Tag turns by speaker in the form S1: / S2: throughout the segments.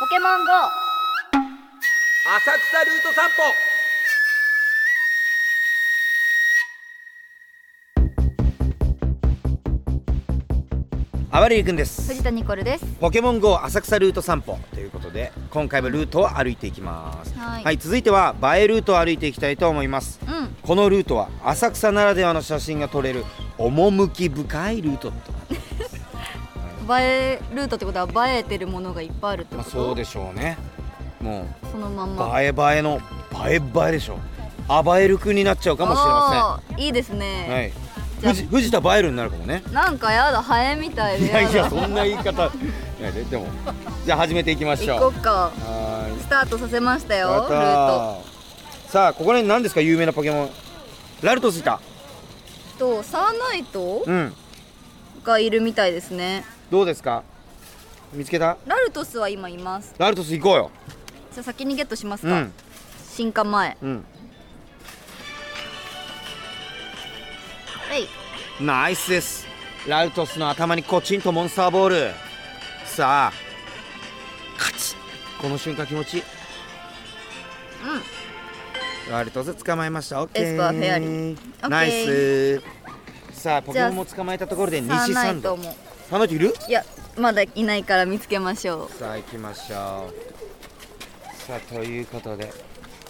S1: ポケモン GO
S2: 浅草ルート散歩あばれる君です
S1: 藤田ニコルです
S2: ポケモン GO 浅草ルート散歩ということで今回もルートを歩いていきます
S1: はい
S2: 続いては映えルートを歩いていきたいと思います
S1: うん
S2: このルートは浅草ならではの写真が撮れる趣深いルートとなってい
S1: 映えルートってことは映えてるものがいっぱいあるってこ
S2: ま
S1: と
S2: す、そうでしょうねも
S1: すそのまん
S2: う
S1: ま
S2: 映え映えの映え映えでしょあばえる君になっちゃうかもしれません
S1: せんいいですね、
S2: はい。
S1: じゃあ
S2: 藤藤田バイルになるかもね。
S1: なんかやだハエみたいで
S2: いやいや
S1: やだ
S2: そんな言い方。いやででもじゃあ始めていきまし
S1: 行こ
S2: ょう
S1: っ。か
S2: はーい。
S1: スタートさせましたよ
S2: やっ
S1: ル
S2: た
S1: ー
S2: ーさあここら辺何ですか有名なポケモン。ラルトスいた。
S1: トとサーナイト
S2: うん。
S1: がいるみたいですね
S2: どうですか。見つけた？
S1: ラルトスは今います
S2: ラルトス行こうよ。
S1: じゃあ先にゲットします
S2: う
S1: か、
S2: ん
S1: 進化前
S2: うん。
S1: えい
S2: ナイスです。ラルトスの頭にコチンとモンスターボール。さあ。カチッ。この瞬間気持ちいい。
S1: うん
S2: ラルトス捕まえました。オッケー。
S1: エスパーフェアリーオッケー
S2: ナイス。さあポケ
S1: じゃ
S2: モ
S1: あ
S2: ンも捕まえたところで
S1: サー
S2: 西
S1: ナ
S2: サ
S1: イ
S2: ン
S1: ト
S2: ド。
S1: も
S2: サーナイトいる？
S1: いやまだいないから見つけましょ
S2: さあ行きましょう。さあということで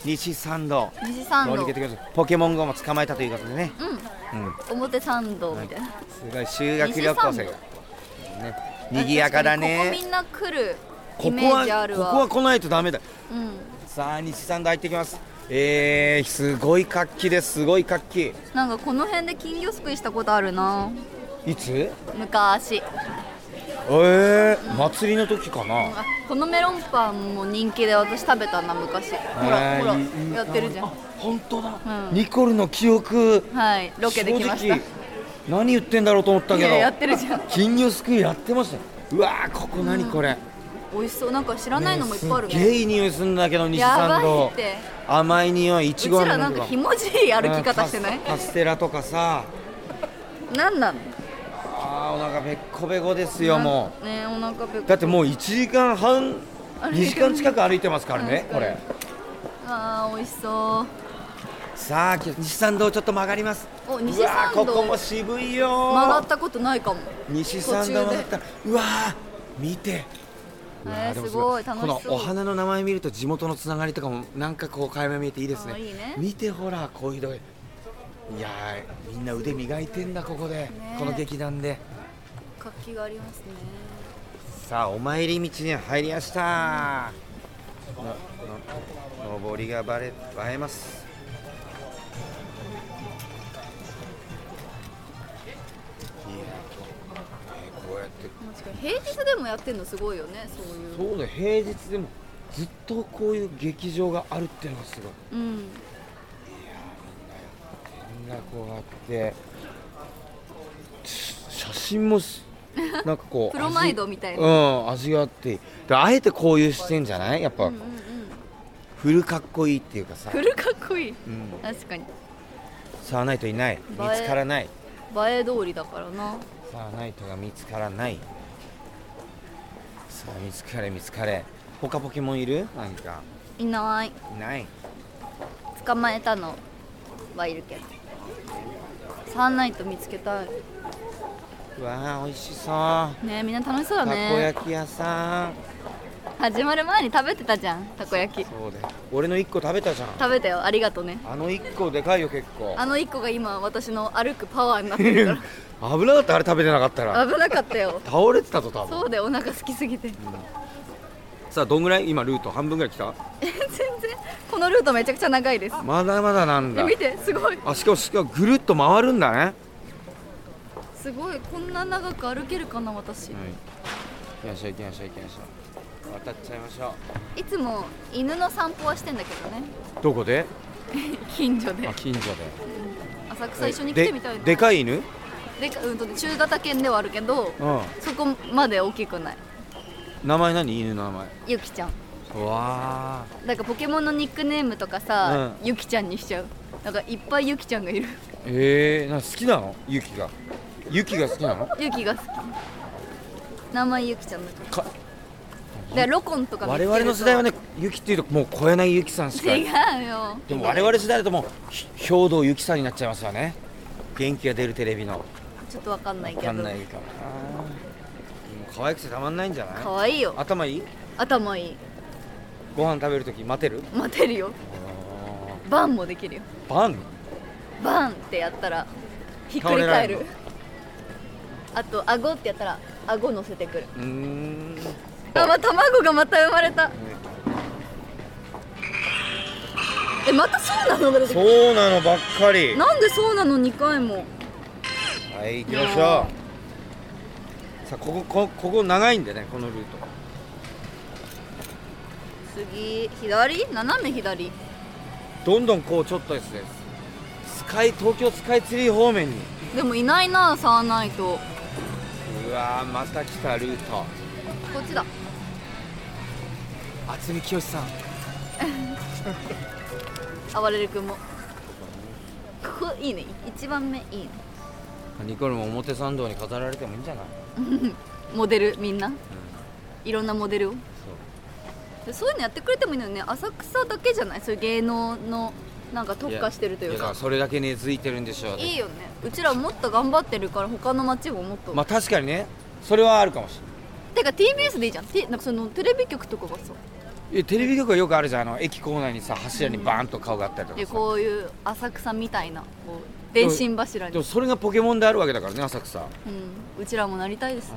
S2: 西サンド。
S1: う西参
S2: もう
S1: 道
S2: 抜けてください。ポケモン GO も捕まえたということでね。
S1: うん
S2: うん。
S1: 表参道みたいな、
S2: すごい修学旅行生が
S1: 西。
S2: ね。賑やかだ
S1: 確にここみ
S2: ね。
S1: んな来るイ
S2: ここ
S1: メー
S2: は
S1: ジある
S2: こ
S1: わ
S2: こは来ないとダメだ。
S1: うん、
S2: さあ西サンド入ってきます。えー、すごい活気です。すごい活気。
S1: なんかこの辺で金魚すくいしたことあるない
S2: つ？
S1: 昔
S2: えー、祭りの時かな。
S1: あこのメロンパンも人気で私食べたな昔ほら
S2: えー
S1: ほら
S2: いいいい
S1: やってるじゃ
S2: あ
S1: ん
S2: 本当だ、
S1: うん
S2: ニコルの記憶
S1: はいロケで来ました
S2: 正直何言ってんだろうと思った
S1: い
S2: けど
S1: ややってるじゃん
S2: 金魚すくいやってましたようわーここ何これ、
S1: 美味しそうなんか知らないのもいっぱいある
S2: ねすっげ
S1: ね
S2: えいい匂いするんだけど西
S1: や
S2: さん
S1: ばい
S2: の
S1: って
S2: 甘い匂いいうち
S1: ち
S2: ごの
S1: らなんかひもじい歩き方してない
S2: うんカスカステラとかさ
S1: なんなの
S2: あーお腹べっこべこですよも
S1: うねお腹ペコ
S2: うだってもう1時間半
S1: 歩いてる
S2: 2時間近く歩いてますからね
S1: うん
S2: これ
S1: あー美味しそう
S2: さあ西参道ちょっと曲がります
S1: お西
S2: うわ
S1: 参
S2: ーここも
S1: 道
S2: 渋いよー
S1: 曲がったことないかも
S2: 西参道だったらうわー見てうわ
S1: えー
S2: でも
S1: すごい楽しそう
S2: このお花の名前見ると地元のつながりとかもなんかこう垣間見えていいです
S1: あ
S2: ね
S1: ーいいね
S2: 見てほらこういうとこいやーみんな腕磨いてんだここで、
S1: え
S2: この劇団で
S1: 活気がありますね
S2: さあお参り道に入りましたなの上りがバレ映えますいやーこうやって
S1: 確かに平日でもやってんのすごいよねそういう
S2: そうだ平日でもずっとこういう劇場があるってのがすごい
S1: うん
S2: みんなこうあってし写真 もしなんかこう
S1: プロマイド
S2: 味
S1: みたいな
S2: うん味があってであえてこういう視点じゃないやっぱ、
S1: うんうんうん
S2: フルかっこいいっていうかさ、
S1: フルかっこいい
S2: うん、
S1: 確かに映
S2: サーナイトいない見つからない
S1: え通りだからな
S2: サーナイトが見つからないさあ見つかれ見つかれ他ポケモンいるなんか
S1: いない
S2: いない
S1: 捕まえたのはいるけどサンナイト見つけたいう
S2: わあ美味しそう
S1: ねみんな楽しそうだ
S2: たこ
S1: ね
S2: 焼き屋さん
S1: 始まる前に食べてたじゃんたこ焼き
S2: そうだよ俺の1個食べたじゃん
S1: 食べたよありがとね
S2: あの1個でかいよ結構
S1: あの1個が今私の歩くパワーになってる
S2: 危なかったあれ食べてなかった
S1: から
S2: ら
S1: 危なかったよ
S2: 倒れてたと多分
S1: そうだよお腹空きすぎて
S2: さあどんぐらい今ルート半分ぐらい来た
S1: え全然このルートめちゃくちゃ長いです
S2: まだまだなん
S1: え
S2: だ
S1: 見てすごい
S2: あしかもしかもぐるっと回るんだね、
S1: すごいこんな長く歩けるかな私、
S2: はい行きましょう行きましょう行きましょう渡っちゃいましょ
S1: い、つも犬の散歩はしてんだけどね
S2: うどこで
S1: 近所で
S2: あ近所
S1: 浅草
S2: で
S1: 一緒に来てみたいな
S2: ででかい犬
S1: でかうんとね中型犬ではあるけど
S2: うん
S1: そこまで大きくない
S2: 名前何犬の名前
S1: ゆきちゃん
S2: うわ
S1: なんかポケモンのニックネームとかさ、ゆきちゃんにしちゃうなんかいっぱいゆきちゃんがいる
S2: ーえー、なんか好きなのユキがユキが好きなの
S1: ゆきが好き名前ゆきちゃんだか
S2: か
S1: でロコンとか見つけ
S2: 我
S1: ると
S2: 々の世代はね雪っていうともう小柳ゆきさんしか
S1: 違うよ
S2: でも我々世代だともうひ兵藤由紀さんになっちゃいますよね元気が出るテレビの
S1: ちょっとわかんない
S2: 分
S1: け
S2: か
S1: ど
S2: んないからなもう可愛くてたまんないんじゃない
S1: 可愛いよ
S2: 頭いい
S1: 頭いい
S2: ご飯食べるとき待てる
S1: 待てるよバンもできるよ
S2: バン
S1: バンってやったらひっくり返る
S2: 倒れられる
S1: あと顎ってやったら顎乗せてくる
S2: うーん
S1: あま卵がまた生まれたえまたそうなのが出てくる
S2: そうなのばっかり
S1: なんでそうなの2回も
S2: はい行きましょうさあこここここ長いんでねこのルート
S1: 次左斜め左
S2: どんどんこうちょっとですねスカイ東京スカイツリー方面に
S1: でもいないなサーナイトこ
S2: うわーまた来たルート
S1: っちだ
S2: 渥美清さん
S1: 哀れる君もここいいね1番目いいね
S2: ニコルも表参道に飾られてもいいんじゃない
S1: モデルみんな、いろんなモデルをでそういうのやってくれてもいいのよね浅草だけじゃないそういう芸能のなんか特化してるという
S2: やだ
S1: から
S2: それだけ根付いてるんでしょう
S1: いいよねうちらもっと頑張ってるから他の街ももっと、
S2: まあ確かにねそれはあるかもしれない
S1: てか TBS でいいじゃん T- なんかそのテレビ局とかがさ
S2: いやテレビ局はよくあるじゃんあの駅構内にさ柱にバーンと顔があったりとか
S1: で
S2: さ
S1: こういう浅草みたいなこう電信柱に
S2: でもそれがポケモンであるわけだからね浅草うん
S1: うん、うちらもなりたいです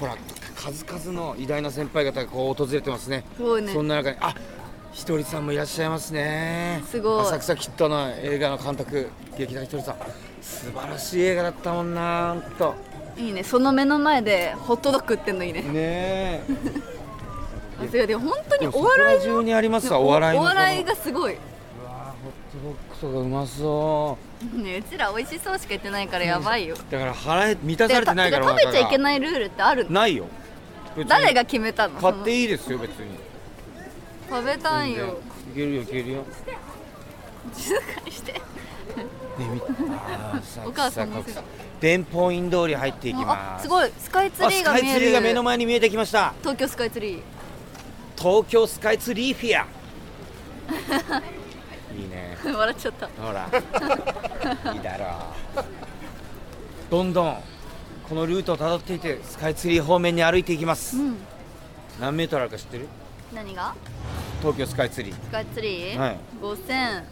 S2: ほら数々の偉大な先輩方がこう訪れてますね
S1: すごいね
S2: そんな中にあひとりさんもいらっしゃいますね
S1: すごい
S2: 浅草キッドの映画の監督劇団ひとりさん素晴らしい映画だったもんなほんと
S1: いいねその目の前でホットドッグ売ってんのいいね
S2: ねえ
S1: あすごいでも本当に
S2: でも
S1: お笑い
S2: そこら中にありますわ
S1: お
S2: お笑いの
S1: お
S2: この
S1: 笑いがすごい、
S2: うわーホットドッグとかうまそ
S1: ね、うちら美味しそうしか言ってないからやばいよ
S2: うだから腹へ満たされてないから
S1: で食べちゃいけ
S2: い
S1: ないルールってあるの
S2: ないよ別に
S1: 誰が決めたの
S2: 買っていいですよ別に
S1: その食べたい
S2: 全然
S1: よ
S2: いけるよいけるよね
S1: 静かにして
S2: みあーさ
S1: お母さんも
S2: ささ伝法院通り入っていき
S1: あ
S2: ますい
S1: ごいスカイツリーが
S2: スカイ
S1: 見え
S2: ツ
S1: る
S2: リーが目の前に見えてきました
S1: 東京スカイツリー
S2: 東京スカイツリーフィアいいね
S1: 笑っちゃった
S2: ほ らいいだろうどんどんこのルートをたどっていってスカイツリー方面に歩いていきます、
S1: うん
S2: 何メートルあるか知ってる
S1: 何が
S2: 東京スカイツリー
S1: スカイツリー、
S2: はい
S1: 5000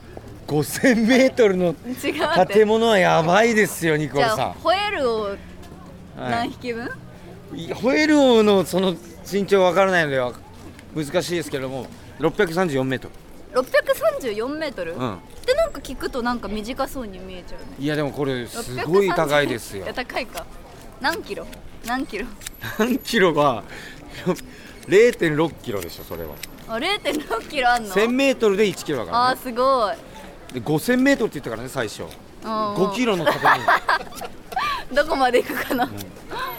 S2: 5000メートルの
S1: 違うって
S2: 建物はやばいですよニコ
S1: じ
S2: ル
S1: ゃあ
S2: さ
S1: ホエールを
S2: ん、は
S1: 何
S2: い
S1: 匹分、
S2: いホエール王のその身長わからないのでは難しいですけども634メート
S1: 634メートル、
S2: ル、うん、
S1: でなんか聞くとなんか短そうに見えちゃうね
S2: いやでもこれすごい高いですよ
S1: 630高いか何キロ何キロ
S2: 何キロが0.6キロでしょそれは
S1: あ0.6キロあんの
S2: 1000メートルで1キロだから、
S1: あ
S2: ね
S1: ー、すごい
S2: で5000メートルって言ったからね最初
S1: 5
S2: 5キロの建物
S1: どこまで行くかな、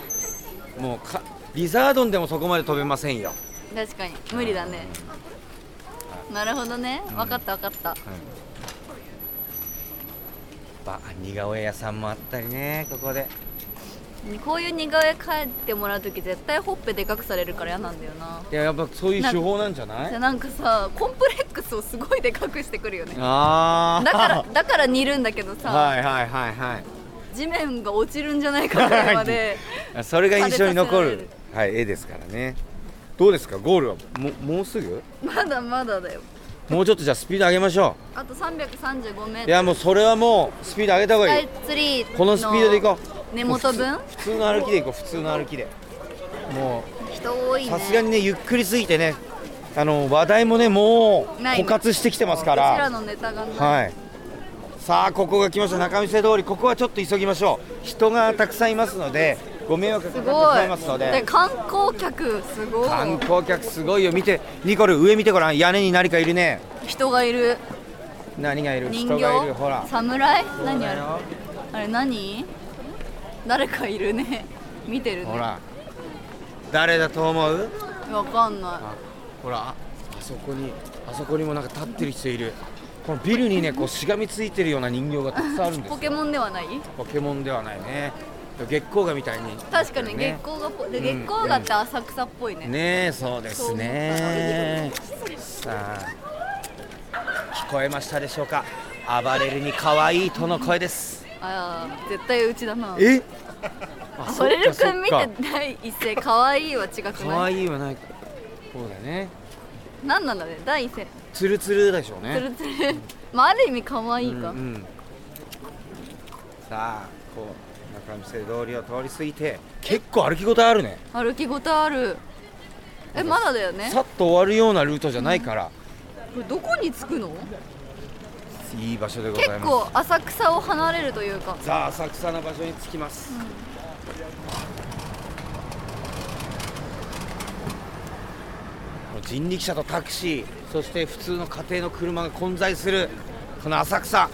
S2: もうかリザードンでもそこまで飛べませんよ
S1: 確かに無理だね、なるほどね分かった分かった、
S2: ば似顔絵屋さんもあったりねここで
S1: こういう似顔絵描いてもらう時絶対ほっぺでかくされるから嫌なんだよない
S2: ややっぱそういう手法なんじゃない
S1: じゃあなんかさコンプレックスをすごいでかくしてくるよね
S2: ああ
S1: だからだから似るんだけどさ、
S2: はいはいはいはい
S1: 地面が落ちるんじゃないかぐらいまで
S2: それが印象に残
S1: 食べ
S2: る
S1: さ
S2: はい絵ですからねどうですかゴールはももうすぐ
S1: まだまだだよ
S2: もうちょっとじゃあスピード上げましょ
S1: あと335メー
S2: う
S1: ト
S2: い
S1: ル
S2: やもうそれはもうスピード上げた方
S1: ス
S2: が
S1: カ
S2: いい
S1: イツリー
S2: このスピードで行こう
S1: 根元分
S2: 普通普通の歩きで行こう普通の歩きでも
S1: 人多いうね
S2: さすがにねゆっくりすぎてねあの話題もねもう
S1: ない
S2: 枯渇してきてますか
S1: うちら
S2: ら
S1: のネタがない、
S2: はいさあここが来ました仲見世通りここはちょっと急ぎましょう人がたくさんいますのでご迷惑が
S1: す
S2: かかってし
S1: ご
S2: ま
S1: い
S2: いますの
S1: で
S2: で
S1: 観光客すごい
S2: 観光客すごいよ見てニコル上見てごらん屋根に何かいるね
S1: 人がいる
S2: 何がいる
S1: 人
S2: 人がいる
S1: 形
S2: ほら
S1: 侍
S2: そう
S1: 何
S2: だ
S1: あ
S2: よ
S1: れあれ何誰かいるね見てる
S2: ほ
S1: ね
S2: ら誰だと思う
S1: わかんない
S2: あほらああそこにあそこにもなんか立ってる人いるこのビルにねこうしがみついてるような人形がたくさんあるんです
S1: ポケ
S2: よ
S1: モンではない
S2: ポケモンではないね月光がみたいに
S1: 確かに月
S2: ね
S1: 光がぽ、
S2: ん
S1: で月光だって浅草っぽいね
S2: ねえそうですねさあ聞こえましたでしょうか暴れるに可愛いとの声です
S1: ああ絶対うちだな
S2: え
S1: あそれるくん見て
S2: か
S1: 第一声可愛いは違く
S2: 可
S1: ない
S2: 愛いはないそうだね
S1: 何なんだね第一声
S2: ツルツルでしょうね
S1: ツルツルまあある意味可愛いか、
S2: うんうんさあこう中見世通りを通り過ぎて結構歩き応えあるね
S1: 歩きごたあるえまだだよね
S2: さっと終わるようなルートじゃないから、
S1: これどこに着くの
S2: いい場所でござい
S1: 結
S2: ます
S1: 構浅草を離れるというか
S2: さあ浅草の場所に着きます、人力車とタクシーそして普通の家庭の車が混在するこの浅草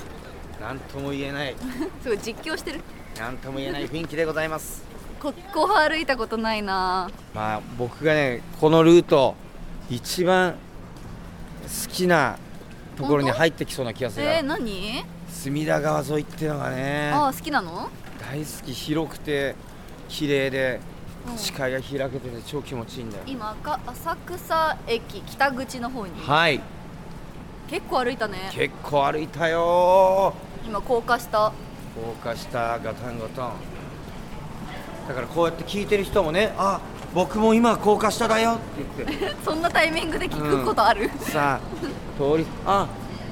S2: なんとも言えない
S1: すごい実況してる
S2: なんとも言えない雰囲気でございます
S1: ここは歩いたことないな
S2: まあ僕がねこのルート一番好きなところに入ってきそうな気がするな
S1: えー、何
S2: 隅田川沿いっていうのがね
S1: ああ好きなの
S2: 大好き広くて綺麗で
S1: うん
S2: 視界が開けてて超気持ちいいんだよ
S1: 今赤浅草駅北口の方に
S2: はい
S1: 結構歩いたね
S2: 結構歩いたよ
S1: 今高架下
S2: 高架下ガタンゴトンだからこうやって聞いてる人もねあ僕も今高架下だよって言っ
S1: そんなタイミングで聞くことある、
S2: てさあ通りあ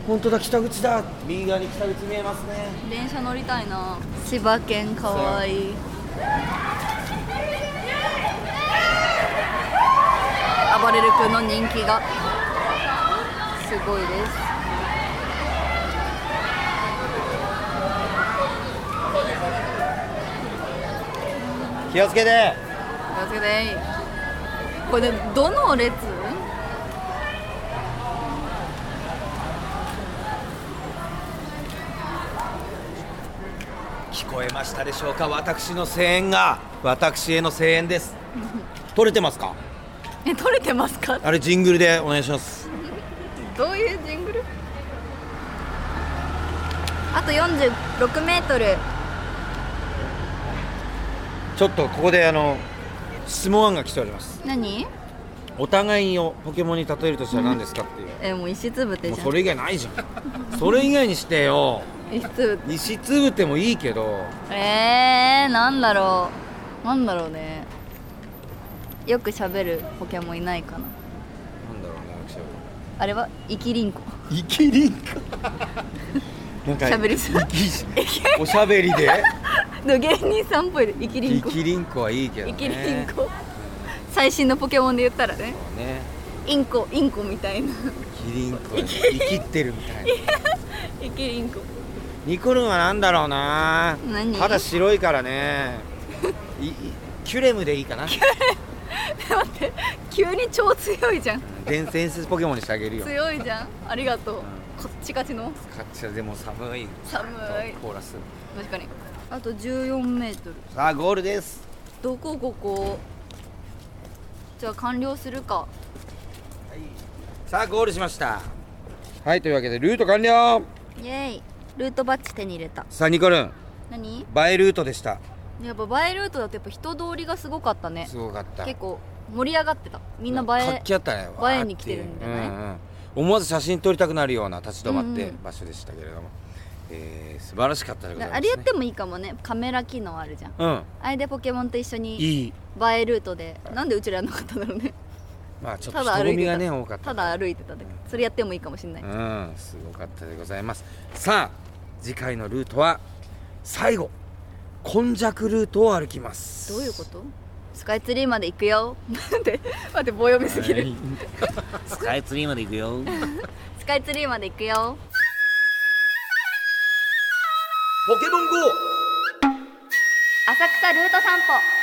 S2: 本当だ北口だ右側に北口見えますね
S1: 電車乗りたいな千葉県かわいい暴れる君の人気がすごいです
S2: 気をつけて
S1: 気をつけてこれどの列
S2: 聞こえましたでしょうか私の声援が私への声 援です取れてますか
S1: え取れてますか
S2: あれジングルでお願いします
S1: どういうジングルあと46メートル
S2: ちょっとここであの質問案が来ております
S1: 何
S2: お互いをポケモンに例えるとしたら何ですかってい
S1: え
S2: う
S1: もう石つぶて
S2: もう
S1: じゃ
S2: それ以外ないじゃんそれ以外にしてよ
S1: ん石つぶて
S2: 石つぶてもいいけど
S1: えー、なんだろうなんだろうねよく喋るポケモンいないかな
S2: なんだろうね私は
S1: あれは生きりんこ
S2: イキリンかなんか
S1: 喋りそう
S2: イキおしゃべりで
S1: でも芸人さんっぽいで生きり
S2: イ
S1: んこ
S2: キリンコはいいけどね
S1: 生きりんこ 最新のポケモンで言ったらね
S2: ね
S1: インコインコみた いな
S2: イキリンコ生きってるみたいな
S1: 生きりんこ
S2: ニコルンはなんだろうな
S1: 何
S2: 肌白いからねいいキュレムでいいかな
S1: 待って急に超強いじゃん
S2: 伝説ポケモンにしてあげるよ
S1: 強いじゃんありがとう、
S2: ん
S1: こっち勝ちの
S2: カッチャでも寒い
S1: 寒い
S2: コーラス
S1: 確かにあと14メートル
S2: さあゴールです
S1: どこここじゃあ完了するか
S2: さあゴールしましたはいというわけでルート完了
S1: イエーイルートバッジ手に入れた
S2: さあニコルン
S1: 何
S2: 映えルートでした
S1: やっぱ映えルートだとやっぱ人通りがすごかったね
S2: すごかった
S1: 結構盛り上がってたみんな映え
S2: 活気あったね
S1: 映えに来てるんじゃない
S2: わーってううん思わず写真撮りたくなるような立ち止まっ
S1: うん
S2: て
S1: うん
S2: 場所でしたけれども、えー素晴らしかったでございます、ね、
S1: あれやってもいいかもねカメラ機能あるじゃん
S2: うん
S1: あれでポケモンと一緒に映
S2: いい
S1: えルートでなんでうちらやんなかったんだろうね
S2: まあちょっ
S1: た
S2: と人
S1: だ歩
S2: 混
S1: い
S2: み
S1: て
S2: が
S1: た
S2: ね多かった
S1: ただ歩いてたでそれやってもいいかもしれない
S2: うんすごかったでございますさあ次回のルートは最後今弱ルートを歩きます
S1: どういうことスカイツリーまで行くよ 待って待って棒読みすぎる、
S2: スカイツリーまで行くよ
S1: スカイツリーまで行くよ
S2: ポケモン GO!
S1: 浅草ルート散歩